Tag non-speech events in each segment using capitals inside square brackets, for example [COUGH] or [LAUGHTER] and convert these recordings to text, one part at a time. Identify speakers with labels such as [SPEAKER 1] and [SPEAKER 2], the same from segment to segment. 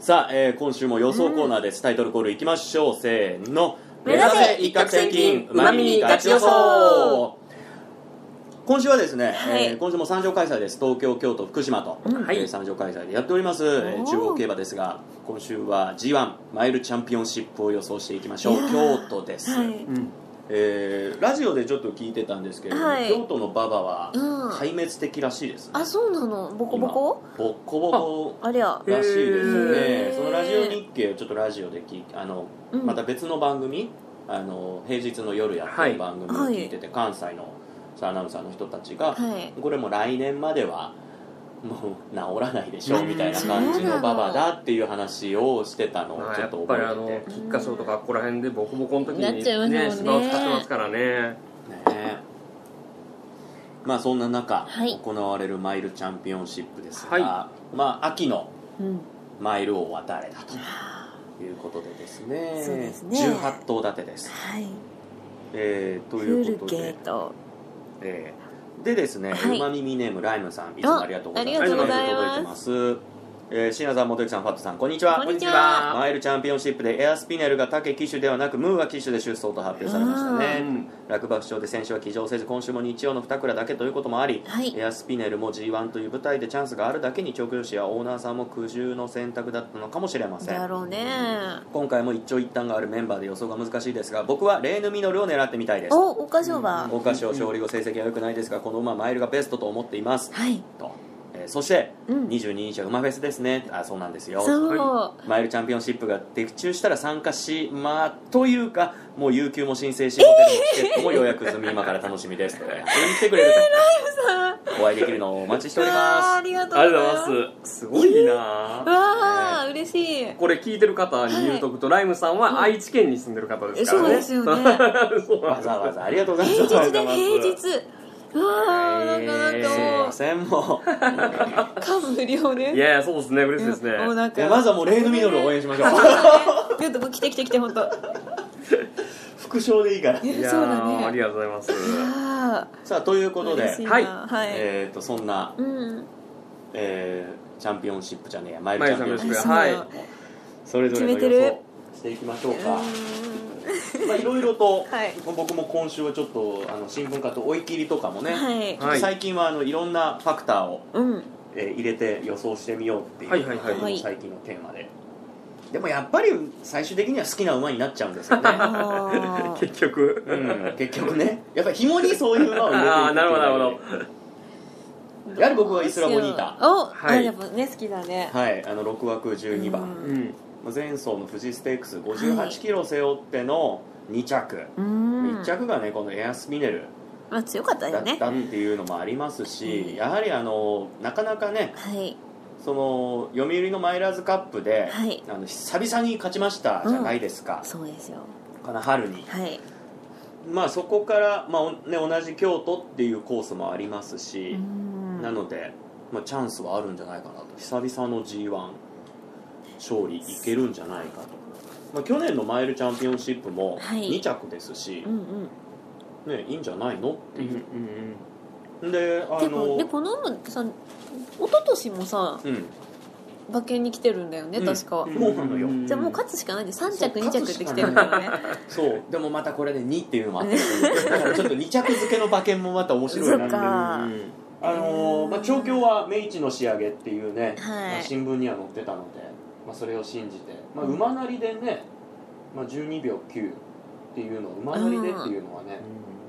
[SPEAKER 1] さあ、えー今週も予想コーナーです、タイトルコールいきましょうせーの
[SPEAKER 2] 目指せ一攫千金うまみにガチ予想
[SPEAKER 1] [LAUGHS] 今週はですね、
[SPEAKER 2] はい
[SPEAKER 1] えー今週も三条開催です東京京都福島と、
[SPEAKER 2] はい
[SPEAKER 1] えー三条開催でやっております、えー
[SPEAKER 2] おー
[SPEAKER 1] 中央競馬ですが今週は g 1マイルチャンピオンシップを予想していきましょう
[SPEAKER 2] いや
[SPEAKER 1] 京
[SPEAKER 2] ー
[SPEAKER 1] 都です、
[SPEAKER 2] はい
[SPEAKER 3] うん
[SPEAKER 1] えーラジオでちょっと聞いてたんですけれども、
[SPEAKER 2] はい
[SPEAKER 1] 京都の馬場は
[SPEAKER 2] うん
[SPEAKER 1] 壊滅的らしいですね、
[SPEAKER 2] あそうなのボコボコ
[SPEAKER 1] 今ボッコボコ
[SPEAKER 2] ありゃ
[SPEAKER 1] らしいです
[SPEAKER 2] へ
[SPEAKER 1] ね
[SPEAKER 2] ー
[SPEAKER 1] そのラジオ日経をちょっとラジオで聞いあの、
[SPEAKER 2] うん
[SPEAKER 1] また別の番組あの平日の夜やってる番組を聞いてて、関西のアナウンサーの人たちが、
[SPEAKER 2] はい
[SPEAKER 1] これもう来年まではもう治らないでしょ
[SPEAKER 3] う
[SPEAKER 1] うんみたいな感じの馬場だっていう話をしてたのを
[SPEAKER 3] まあ、
[SPEAKER 1] ちょ
[SPEAKER 3] や
[SPEAKER 1] っ
[SPEAKER 3] っ
[SPEAKER 1] と
[SPEAKER 3] ぱりあ
[SPEAKER 1] 覚
[SPEAKER 3] の
[SPEAKER 1] えて
[SPEAKER 3] 菊花賞とかあっこら辺でボコボコの時に
[SPEAKER 2] なっちゃいますもんね
[SPEAKER 3] 芝を使ってますからね
[SPEAKER 1] てねまあそんな中、
[SPEAKER 2] はい
[SPEAKER 1] 行われるマイルチャンピオンシップですが、
[SPEAKER 3] はい
[SPEAKER 1] まあ秋の
[SPEAKER 2] うん
[SPEAKER 1] マイルを渡れたということでですね
[SPEAKER 2] そうですね
[SPEAKER 1] 18頭立てです、
[SPEAKER 2] はい
[SPEAKER 1] えー、
[SPEAKER 2] フ
[SPEAKER 1] という
[SPEAKER 2] ル
[SPEAKER 1] こと
[SPEAKER 2] ゲ
[SPEAKER 1] で
[SPEAKER 2] ー、ト
[SPEAKER 1] えーでですね、
[SPEAKER 2] はいう
[SPEAKER 1] まみみネームライムさんいつもありがとうございます
[SPEAKER 2] あ
[SPEAKER 3] りがとうご
[SPEAKER 2] ざいます
[SPEAKER 1] 届いてますえー、椎名さん、元木さん、ファットさん、こんにちは。
[SPEAKER 2] こんにちは
[SPEAKER 1] マイルチャンピオンシップでエアスピネルが竹騎手ではなくムーア騎手で出走と発表されました
[SPEAKER 3] う
[SPEAKER 1] ね。
[SPEAKER 3] ん
[SPEAKER 1] 落馬不調で選手は騎乗せず、今週も日曜の2倉だけということもあり、
[SPEAKER 2] はい
[SPEAKER 1] エアスピネルも G1 という舞台でチャンスがあるだけに調教師やオーナーさんも苦渋の選択だったのかもしれません
[SPEAKER 2] だ。ろうね
[SPEAKER 1] 今回も一長一短があるメンバーで予想が難しいですが僕はレーヌ・ミノルを狙ってみたいです
[SPEAKER 2] おおかしょば
[SPEAKER 1] 桜花賞勝利後成績は良くないですがこの馬はマイルがベストと思っています
[SPEAKER 2] はい
[SPEAKER 1] と、えーそして、
[SPEAKER 2] うん
[SPEAKER 1] 22日は馬フェスですねあそうなんですよ
[SPEAKER 2] そう
[SPEAKER 1] マイルチャンピオンシップが的中したら参加しまあというかもう有給も申請しホテルのチケットも予約済み、今から楽しみですと遊びに来てくれるとお会いできるのをお待ちしており
[SPEAKER 2] わあ
[SPEAKER 1] ま
[SPEAKER 2] ありがと
[SPEAKER 3] あ
[SPEAKER 2] う
[SPEAKER 3] り
[SPEAKER 2] ご
[SPEAKER 3] が
[SPEAKER 2] ざ
[SPEAKER 3] と
[SPEAKER 2] いうます
[SPEAKER 3] ございますすごい
[SPEAKER 1] す
[SPEAKER 3] な
[SPEAKER 2] わあ嬉しい
[SPEAKER 3] これ聞いてる方に言うとくと、ライムさんは愛知県に住んでる方で
[SPEAKER 2] え
[SPEAKER 3] す
[SPEAKER 2] そ
[SPEAKER 3] か
[SPEAKER 2] う
[SPEAKER 3] らね
[SPEAKER 2] ですよね
[SPEAKER 3] [LAUGHS] そうなん
[SPEAKER 1] わ
[SPEAKER 3] です
[SPEAKER 1] ざわざありがとうござい
[SPEAKER 2] 平
[SPEAKER 1] ます
[SPEAKER 2] 日
[SPEAKER 3] ありがと
[SPEAKER 2] で
[SPEAKER 3] うござい
[SPEAKER 2] 平
[SPEAKER 3] ま
[SPEAKER 2] 日わあなんかなん
[SPEAKER 1] すい
[SPEAKER 2] かも
[SPEAKER 1] ま
[SPEAKER 2] う
[SPEAKER 1] せんもう
[SPEAKER 2] 感無量ね
[SPEAKER 3] いやいやそうですね嬉しいですね
[SPEAKER 2] もうなん
[SPEAKER 1] い
[SPEAKER 2] か
[SPEAKER 1] やまずはもうレーヌ・ミノルを応援しましょう
[SPEAKER 2] そうだねちょっともう来て来て来て本当
[SPEAKER 1] 副賞でいいから
[SPEAKER 2] い
[SPEAKER 3] い
[SPEAKER 2] や
[SPEAKER 3] や
[SPEAKER 2] そう
[SPEAKER 3] ー
[SPEAKER 2] だ
[SPEAKER 3] あり
[SPEAKER 2] ね
[SPEAKER 3] がとうござい
[SPEAKER 2] [LAUGHS]
[SPEAKER 3] ます
[SPEAKER 2] あ
[SPEAKER 1] さあということ
[SPEAKER 2] 嬉しい
[SPEAKER 1] で
[SPEAKER 2] な
[SPEAKER 3] はい
[SPEAKER 2] はい、
[SPEAKER 1] えー、とそんな、
[SPEAKER 2] うん
[SPEAKER 1] えーチャンピオンシップじゃねえやマイル
[SPEAKER 3] マ
[SPEAKER 1] チ
[SPEAKER 3] イ
[SPEAKER 1] ャ
[SPEAKER 3] ル
[SPEAKER 1] ン
[SPEAKER 3] さ
[SPEAKER 1] ピ
[SPEAKER 3] ん
[SPEAKER 1] オンシ
[SPEAKER 3] で
[SPEAKER 1] ップ
[SPEAKER 3] すが
[SPEAKER 2] そう
[SPEAKER 3] はい
[SPEAKER 1] それぞれの
[SPEAKER 2] 決めて
[SPEAKER 1] 予
[SPEAKER 2] る
[SPEAKER 1] 想していきましょうか
[SPEAKER 2] う
[SPEAKER 1] [LAUGHS] まあいろいろと、
[SPEAKER 2] はい
[SPEAKER 1] 僕も今週はちょっとあの新聞化と追い切りとかもね、
[SPEAKER 2] ーんはい
[SPEAKER 3] はい
[SPEAKER 1] 最近はあのいろんなファクターを、
[SPEAKER 2] うん
[SPEAKER 1] えー入れて予想してみようっていう、
[SPEAKER 3] はいはいはい
[SPEAKER 2] はい
[SPEAKER 1] 最近のテーマででもやっぱり最終的には好きな馬になっちゃうんですよね
[SPEAKER 2] あー
[SPEAKER 3] 結局、
[SPEAKER 1] うん結局ねやっぱり紐にそういう馬を入れていく
[SPEAKER 3] ああなるほどなるほど
[SPEAKER 1] やはり僕はイスラボニータ
[SPEAKER 2] お、
[SPEAKER 3] は
[SPEAKER 2] あ
[SPEAKER 3] い
[SPEAKER 2] やっぱね好きだね
[SPEAKER 1] はいあの6枠12番、
[SPEAKER 2] うん
[SPEAKER 3] うん
[SPEAKER 1] 前走の富士ステークス5 8キロ背負っての2着、
[SPEAKER 2] うん
[SPEAKER 1] 1着がねこのエアスミネル
[SPEAKER 2] まあ強かった
[SPEAKER 1] だ
[SPEAKER 2] よ
[SPEAKER 1] っ
[SPEAKER 2] ね
[SPEAKER 1] たっていうのもありますし、
[SPEAKER 2] うん
[SPEAKER 1] やはりあのなかなかね
[SPEAKER 2] はい
[SPEAKER 1] その読売のマイラーズカップで、
[SPEAKER 2] はい
[SPEAKER 1] あの久々に勝ちましたじゃないですか、
[SPEAKER 2] そうですよ
[SPEAKER 1] この春に、
[SPEAKER 2] はい
[SPEAKER 1] まあ、そこから、まあおね、同じ京都っていうコースもありますし、なので、まあ、チャンスはあるんじゃないかなと久々の g 1勝利いけるんじゃないかと、まあ、去年のマイルチャンピオンシップも
[SPEAKER 2] はい
[SPEAKER 1] 2着ですし
[SPEAKER 2] う、んうん
[SPEAKER 1] ね、いいんじゃないのって
[SPEAKER 3] うんうん
[SPEAKER 1] いう、
[SPEAKER 3] うん
[SPEAKER 1] であ
[SPEAKER 2] でも
[SPEAKER 1] の
[SPEAKER 2] でこのさ一昨年もさ
[SPEAKER 1] うん
[SPEAKER 2] 馬券に来てるんだよね
[SPEAKER 1] うん
[SPEAKER 2] 確か、
[SPEAKER 1] もうなのよ
[SPEAKER 2] じゃあもう勝つしかないんで3着
[SPEAKER 1] そう
[SPEAKER 2] 2着って来てるんだよね
[SPEAKER 1] そうでもまたこれで2っていうのもあってだからちょっと2着付けの馬券もまた面白い
[SPEAKER 2] そっか
[SPEAKER 1] なあのーまあ、調教は明治の仕上げっていうね、
[SPEAKER 2] はい
[SPEAKER 1] まあ新聞には載ってたので、まあ、それを信じて、まあ、馬なりでね、まあ、12秒9っていうの馬なりでっていうのはね、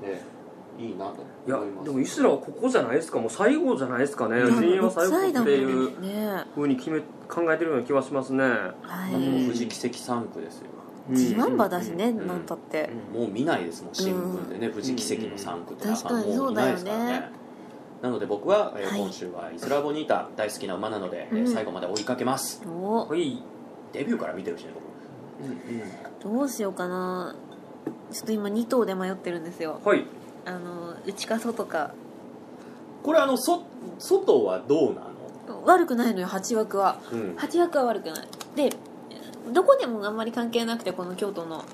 [SPEAKER 1] ええいいなと
[SPEAKER 3] いや
[SPEAKER 1] 思います
[SPEAKER 3] でもイスラはここじゃないですかもう最後じゃないですかね
[SPEAKER 2] 多分
[SPEAKER 3] G1 は最
[SPEAKER 2] 6歳
[SPEAKER 3] 後
[SPEAKER 2] だ
[SPEAKER 3] っ
[SPEAKER 2] も
[SPEAKER 3] ていうん
[SPEAKER 2] ね
[SPEAKER 3] ふうに決め考えてるような気はしますね
[SPEAKER 2] は
[SPEAKER 1] あ
[SPEAKER 2] い、
[SPEAKER 1] の
[SPEAKER 3] うん
[SPEAKER 1] 富士奇跡3区ですよ
[SPEAKER 2] 自慢馬だしね、
[SPEAKER 1] うん
[SPEAKER 2] なんたって、
[SPEAKER 1] もう見ないですもん新聞でね、富士奇跡の3区とか
[SPEAKER 2] 確かに
[SPEAKER 1] も
[SPEAKER 2] そうう
[SPEAKER 1] 見な
[SPEAKER 2] だ
[SPEAKER 1] い
[SPEAKER 2] よ
[SPEAKER 1] です
[SPEAKER 2] ね
[SPEAKER 1] からねなので僕は、えー
[SPEAKER 2] はい
[SPEAKER 1] 今週はイスラボニータ大好きな馬なので、えー
[SPEAKER 2] うん
[SPEAKER 1] 最後まで追いかけます
[SPEAKER 2] お
[SPEAKER 3] はい
[SPEAKER 1] デビューから見てるしね僕
[SPEAKER 2] どうしようかなちょっと今2頭で迷ってるんですよ
[SPEAKER 3] はい
[SPEAKER 2] あの内か外か
[SPEAKER 1] これあのそ外はどうなの、
[SPEAKER 2] 悪くないのよ8枠は
[SPEAKER 1] うん
[SPEAKER 2] 8枠は悪くないでどこでもあんまり関係なくてこの京都の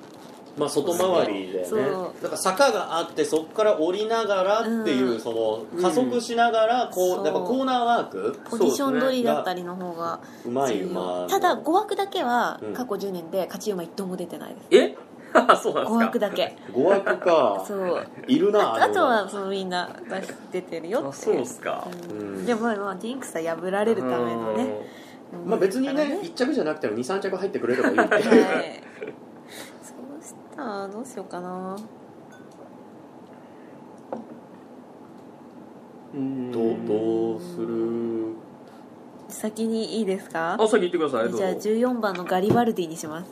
[SPEAKER 1] まあ、外回りでね
[SPEAKER 2] そう
[SPEAKER 1] だから坂があってそこから降りながらっていう、
[SPEAKER 2] うん
[SPEAKER 1] その加速しながらこう、
[SPEAKER 2] そう
[SPEAKER 1] やっぱコーナーワーク
[SPEAKER 2] ポジション取りだったりの方が
[SPEAKER 1] うまい
[SPEAKER 2] 強いよ
[SPEAKER 1] 馬
[SPEAKER 2] ただ5枠だけは
[SPEAKER 1] うん
[SPEAKER 2] 過去10年で勝ち馬一頭も出てないです
[SPEAKER 3] え [LAUGHS] そうなんですか
[SPEAKER 2] 5枠だけ
[SPEAKER 1] 語枠か
[SPEAKER 2] [LAUGHS] そう
[SPEAKER 1] いるな
[SPEAKER 2] ああ
[SPEAKER 1] の
[SPEAKER 2] とはそのみんな出てるよ
[SPEAKER 3] あ
[SPEAKER 2] って
[SPEAKER 3] そ
[SPEAKER 2] いうう
[SPEAKER 3] っすか
[SPEAKER 2] うんでもまあまあジンクスは破られるためのねうん
[SPEAKER 1] まあ、別に
[SPEAKER 2] だ
[SPEAKER 1] ね
[SPEAKER 2] から
[SPEAKER 1] 1着じゃなくても23着入ってくれればいいっていう
[SPEAKER 2] はいそうしたらどうしようかな
[SPEAKER 3] うん
[SPEAKER 1] どどうする
[SPEAKER 2] 先にいいですか
[SPEAKER 3] あ先言ってくださいどうぞ
[SPEAKER 2] じゃあ14番のガリバルディにします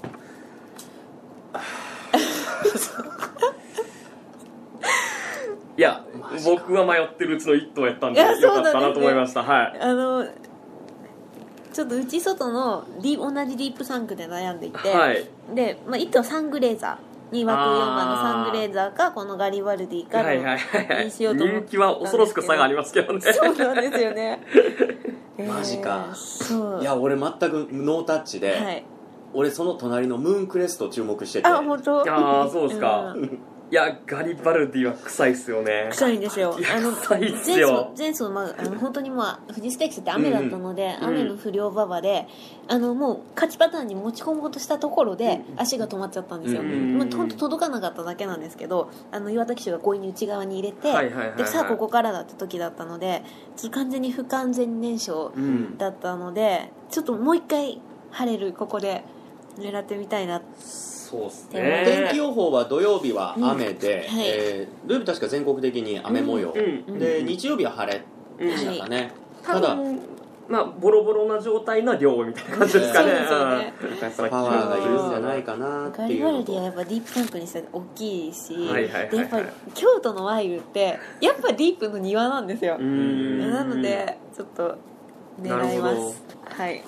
[SPEAKER 3] いや僕が迷ってるうちの一頭やったんで
[SPEAKER 2] いや
[SPEAKER 3] よかった
[SPEAKER 2] そうなんです
[SPEAKER 3] な
[SPEAKER 2] ね
[SPEAKER 3] と思いましたはい
[SPEAKER 2] あのちょっと内外のディ同じディープサンクで悩んでいて、
[SPEAKER 3] はい
[SPEAKER 2] で、まあ、1頭サングレーザーに枠4番のサングレーザーかこのガリバルディかの、
[SPEAKER 3] はいはいはいはい
[SPEAKER 2] にしようと思ったんです
[SPEAKER 3] 人
[SPEAKER 2] け
[SPEAKER 3] 気
[SPEAKER 2] ど
[SPEAKER 3] は恐ろしく差がありますけどね
[SPEAKER 2] そうなんですよ
[SPEAKER 3] [LAUGHS]
[SPEAKER 2] ね
[SPEAKER 1] マジか
[SPEAKER 2] えーそう
[SPEAKER 1] いや俺全くノータッチで、
[SPEAKER 2] はい
[SPEAKER 1] 俺その隣のムーンクレスト注目してて
[SPEAKER 2] あ本当
[SPEAKER 3] あーそうですか
[SPEAKER 2] ん
[SPEAKER 3] いやガリバルディは臭いっすよね
[SPEAKER 2] 臭いんですよ
[SPEAKER 3] いや
[SPEAKER 2] あの
[SPEAKER 3] 臭いっす
[SPEAKER 2] 前走
[SPEAKER 3] よ
[SPEAKER 2] 前走、まあ、あの本当にまあ富士ステークスって雨だったので、
[SPEAKER 3] うん
[SPEAKER 2] 雨の不良馬場であのもう勝ちパターンに持ち込もうとしたところで足が止まっちゃったんですよ、
[SPEAKER 1] う
[SPEAKER 2] うんんまあ、本当届かなかっただけなんですけどあの岩田騎手が強引に内側に入れて、
[SPEAKER 3] はいはいはいはい
[SPEAKER 2] でさあここからだって時だったのでちょっと完全に不完全燃焼
[SPEAKER 3] うん
[SPEAKER 2] だったのでちょっともう一回晴れるここで狙ってみたいな
[SPEAKER 3] そうっす
[SPEAKER 2] え
[SPEAKER 3] ね
[SPEAKER 1] 天気予報は土曜日は雨で、
[SPEAKER 2] うんはい
[SPEAKER 1] えー土曜日確か全国的に雨模様、
[SPEAKER 3] うん
[SPEAKER 1] で日曜日は晴れ
[SPEAKER 3] うん
[SPEAKER 1] でしたかね、
[SPEAKER 3] 多
[SPEAKER 1] ただ
[SPEAKER 3] 分まあボロボロな状態な量みたいな感じですかね
[SPEAKER 2] そうですよね
[SPEAKER 3] うんやっぱ
[SPEAKER 1] パワーがいるんじゃない
[SPEAKER 3] か
[SPEAKER 1] かなって
[SPEAKER 2] ガリ
[SPEAKER 1] い
[SPEAKER 2] バル
[SPEAKER 1] う
[SPEAKER 2] ディはやっぱディープタンクにしたら大きいし、
[SPEAKER 3] はいはいはいはい
[SPEAKER 2] でやっぱ京都のワイルってやっぱディープの庭なんですよ、
[SPEAKER 3] ん
[SPEAKER 2] なのでちょっと狙いますはい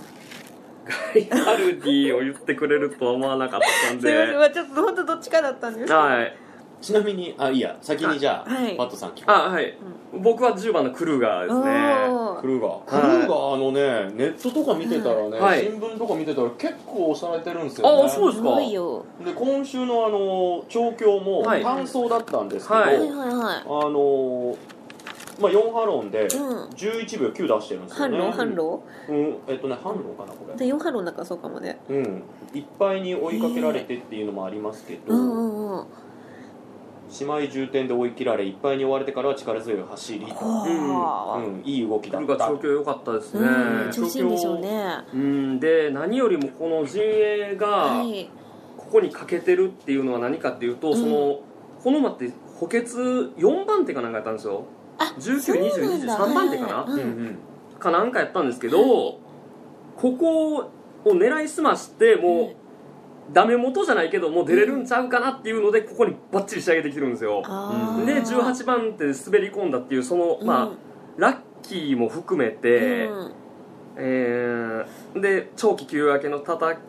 [SPEAKER 3] ガリバルディを言ってくれるとは思わなかったん
[SPEAKER 2] すいませんま
[SPEAKER 3] で
[SPEAKER 2] あちょっと本当どっちかだったんですけど
[SPEAKER 3] はい
[SPEAKER 1] ちなみにあいいや先にじゃあ、
[SPEAKER 2] はい
[SPEAKER 1] パットさん聞く
[SPEAKER 3] あはい僕は10番のクルーガーですね
[SPEAKER 2] お
[SPEAKER 1] ク
[SPEAKER 2] ー
[SPEAKER 1] ルーガー、
[SPEAKER 3] はい
[SPEAKER 1] クルーガーあのねネットとか見てたらね、
[SPEAKER 3] はい
[SPEAKER 1] 新聞とか見てたら結構押されてるんですよね
[SPEAKER 3] あそうですすか
[SPEAKER 2] ごいよ
[SPEAKER 1] で今週のあの調教も
[SPEAKER 3] はい
[SPEAKER 1] 単走だったんですけど、
[SPEAKER 3] はい
[SPEAKER 2] はいはい
[SPEAKER 1] あ
[SPEAKER 2] は
[SPEAKER 1] のまあ、4ハロンで
[SPEAKER 2] いうん
[SPEAKER 1] 11秒9出してるんですよ
[SPEAKER 2] 反
[SPEAKER 1] ね、
[SPEAKER 2] 論反論
[SPEAKER 1] うん、えっとね反論かなこれ
[SPEAKER 2] で4反論だからそうかもね
[SPEAKER 1] うん、いっぱいに追いかけられてっていうのもありますけど、
[SPEAKER 2] うんうんうん
[SPEAKER 1] 姉妹重点で追い切られいっぱいに追われてからは力強い走り、う
[SPEAKER 2] は
[SPEAKER 1] ん、いい動き
[SPEAKER 3] ク
[SPEAKER 1] だ
[SPEAKER 3] ルー
[SPEAKER 1] っ
[SPEAKER 3] ガ
[SPEAKER 1] た
[SPEAKER 3] ー調教良かったです
[SPEAKER 2] あ、う
[SPEAKER 3] ね
[SPEAKER 2] ん、調子いいんでしょうね
[SPEAKER 3] うんで何よりもこの陣営が
[SPEAKER 2] はい
[SPEAKER 3] ここに欠けてるっていうのは何かっていう
[SPEAKER 2] う
[SPEAKER 3] と、
[SPEAKER 2] ん
[SPEAKER 3] そのこの馬って補欠4番手かなんかやったんですよ
[SPEAKER 2] あそうなんだ
[SPEAKER 3] 192023番手かな、
[SPEAKER 2] はいは
[SPEAKER 1] うん
[SPEAKER 2] いう
[SPEAKER 1] うんん
[SPEAKER 3] かなんかやったんですけど、ここを狙いすまして
[SPEAKER 2] は
[SPEAKER 3] も
[SPEAKER 2] いう
[SPEAKER 3] ダメ元じゃないけどもう出れるんちゃうかなっていうのでここにバッチリ仕上げてきてるんですよ
[SPEAKER 2] あー
[SPEAKER 3] で18番手で滑り込んだっていうその、
[SPEAKER 2] う
[SPEAKER 3] ま
[SPEAKER 2] ん
[SPEAKER 3] あラッキーも含めて、
[SPEAKER 2] うん
[SPEAKER 3] えーで長期休明けの叩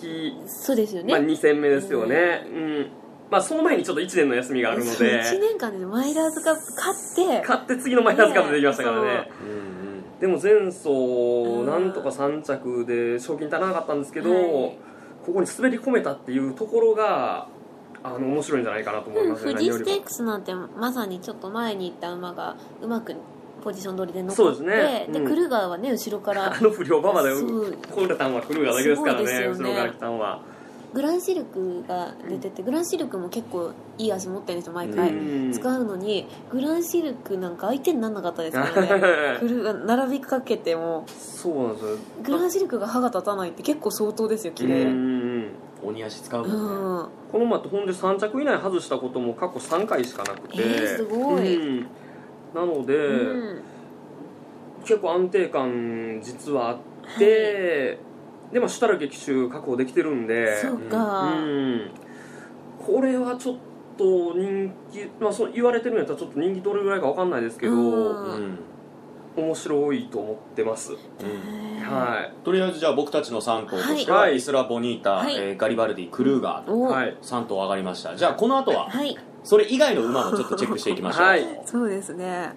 [SPEAKER 3] き
[SPEAKER 2] そうですよね、
[SPEAKER 3] まあ、2戦目ですよね、うんまあ、その前にちょっと1年の休みがあるので
[SPEAKER 2] 1年間でマイラーズカップ勝って
[SPEAKER 3] 買って次のマイナスカップ出てきましたからね
[SPEAKER 2] ね
[SPEAKER 1] うん
[SPEAKER 3] でも前走なんとか3着で賞金足らなかったんですけど、
[SPEAKER 2] はい
[SPEAKER 3] ここに滑り込めたっていうところがあの面白いんじゃないかなと思います
[SPEAKER 2] 富
[SPEAKER 3] ね、何
[SPEAKER 2] 士
[SPEAKER 3] よ
[SPEAKER 2] ス
[SPEAKER 3] り
[SPEAKER 2] テ
[SPEAKER 3] も
[SPEAKER 2] ークスなんてまさにちょっと前に行った馬がうまくポジション取りで
[SPEAKER 3] そ
[SPEAKER 2] 残
[SPEAKER 3] う
[SPEAKER 2] っ
[SPEAKER 3] で
[SPEAKER 2] て
[SPEAKER 3] すねうん
[SPEAKER 2] クルーガーはね後ろから
[SPEAKER 3] [LAUGHS] あの不良馬場で
[SPEAKER 2] そう
[SPEAKER 3] コルタンはクルーガーだけですからね
[SPEAKER 2] すごいです
[SPEAKER 3] 後
[SPEAKER 2] よね
[SPEAKER 3] ろから来たんは、
[SPEAKER 2] グランシルクが出ててグランシルクも結構いい足持ってるんですよ毎
[SPEAKER 1] は
[SPEAKER 2] 回、
[SPEAKER 1] い
[SPEAKER 3] うん
[SPEAKER 2] 使うのにグランシルクなんか相手にならなかったですから
[SPEAKER 3] [LAUGHS]
[SPEAKER 2] ねクルーガー並びかけても
[SPEAKER 3] そうなんですよ
[SPEAKER 2] グランシルクが歯が立たないって結構相当ですよ綺
[SPEAKER 3] う
[SPEAKER 2] 麗
[SPEAKER 3] ん
[SPEAKER 1] 鬼足使う
[SPEAKER 2] う
[SPEAKER 1] もんね
[SPEAKER 2] ん
[SPEAKER 3] この馬ってほんで3着以内外したことも過去3回しかなくて、
[SPEAKER 2] えーすごい
[SPEAKER 3] うんなので、
[SPEAKER 2] うん
[SPEAKER 3] 結構安定感実はあって、でも設楽劇中確保できてるんで
[SPEAKER 2] そう
[SPEAKER 3] う
[SPEAKER 2] か、
[SPEAKER 3] んこれはちょっと人気、まあ、そう言われてるんやったらちょっと人気どれぐらいか分かんないですけど、
[SPEAKER 2] うん
[SPEAKER 1] うん
[SPEAKER 3] 面白いと思ってます、
[SPEAKER 1] うん
[SPEAKER 2] へー
[SPEAKER 3] は
[SPEAKER 1] とりあえずじゃあ僕たちの3頭としては、
[SPEAKER 3] はい
[SPEAKER 1] イスラ・ボニータ、
[SPEAKER 2] はい
[SPEAKER 1] えーガリバルディクルーガー
[SPEAKER 2] おお
[SPEAKER 3] いはい
[SPEAKER 1] 3頭上がりましたじゃあこの後は
[SPEAKER 2] はい
[SPEAKER 1] それ以外の馬もちょっとチェックしていきましょう、
[SPEAKER 3] はい
[SPEAKER 2] そうですね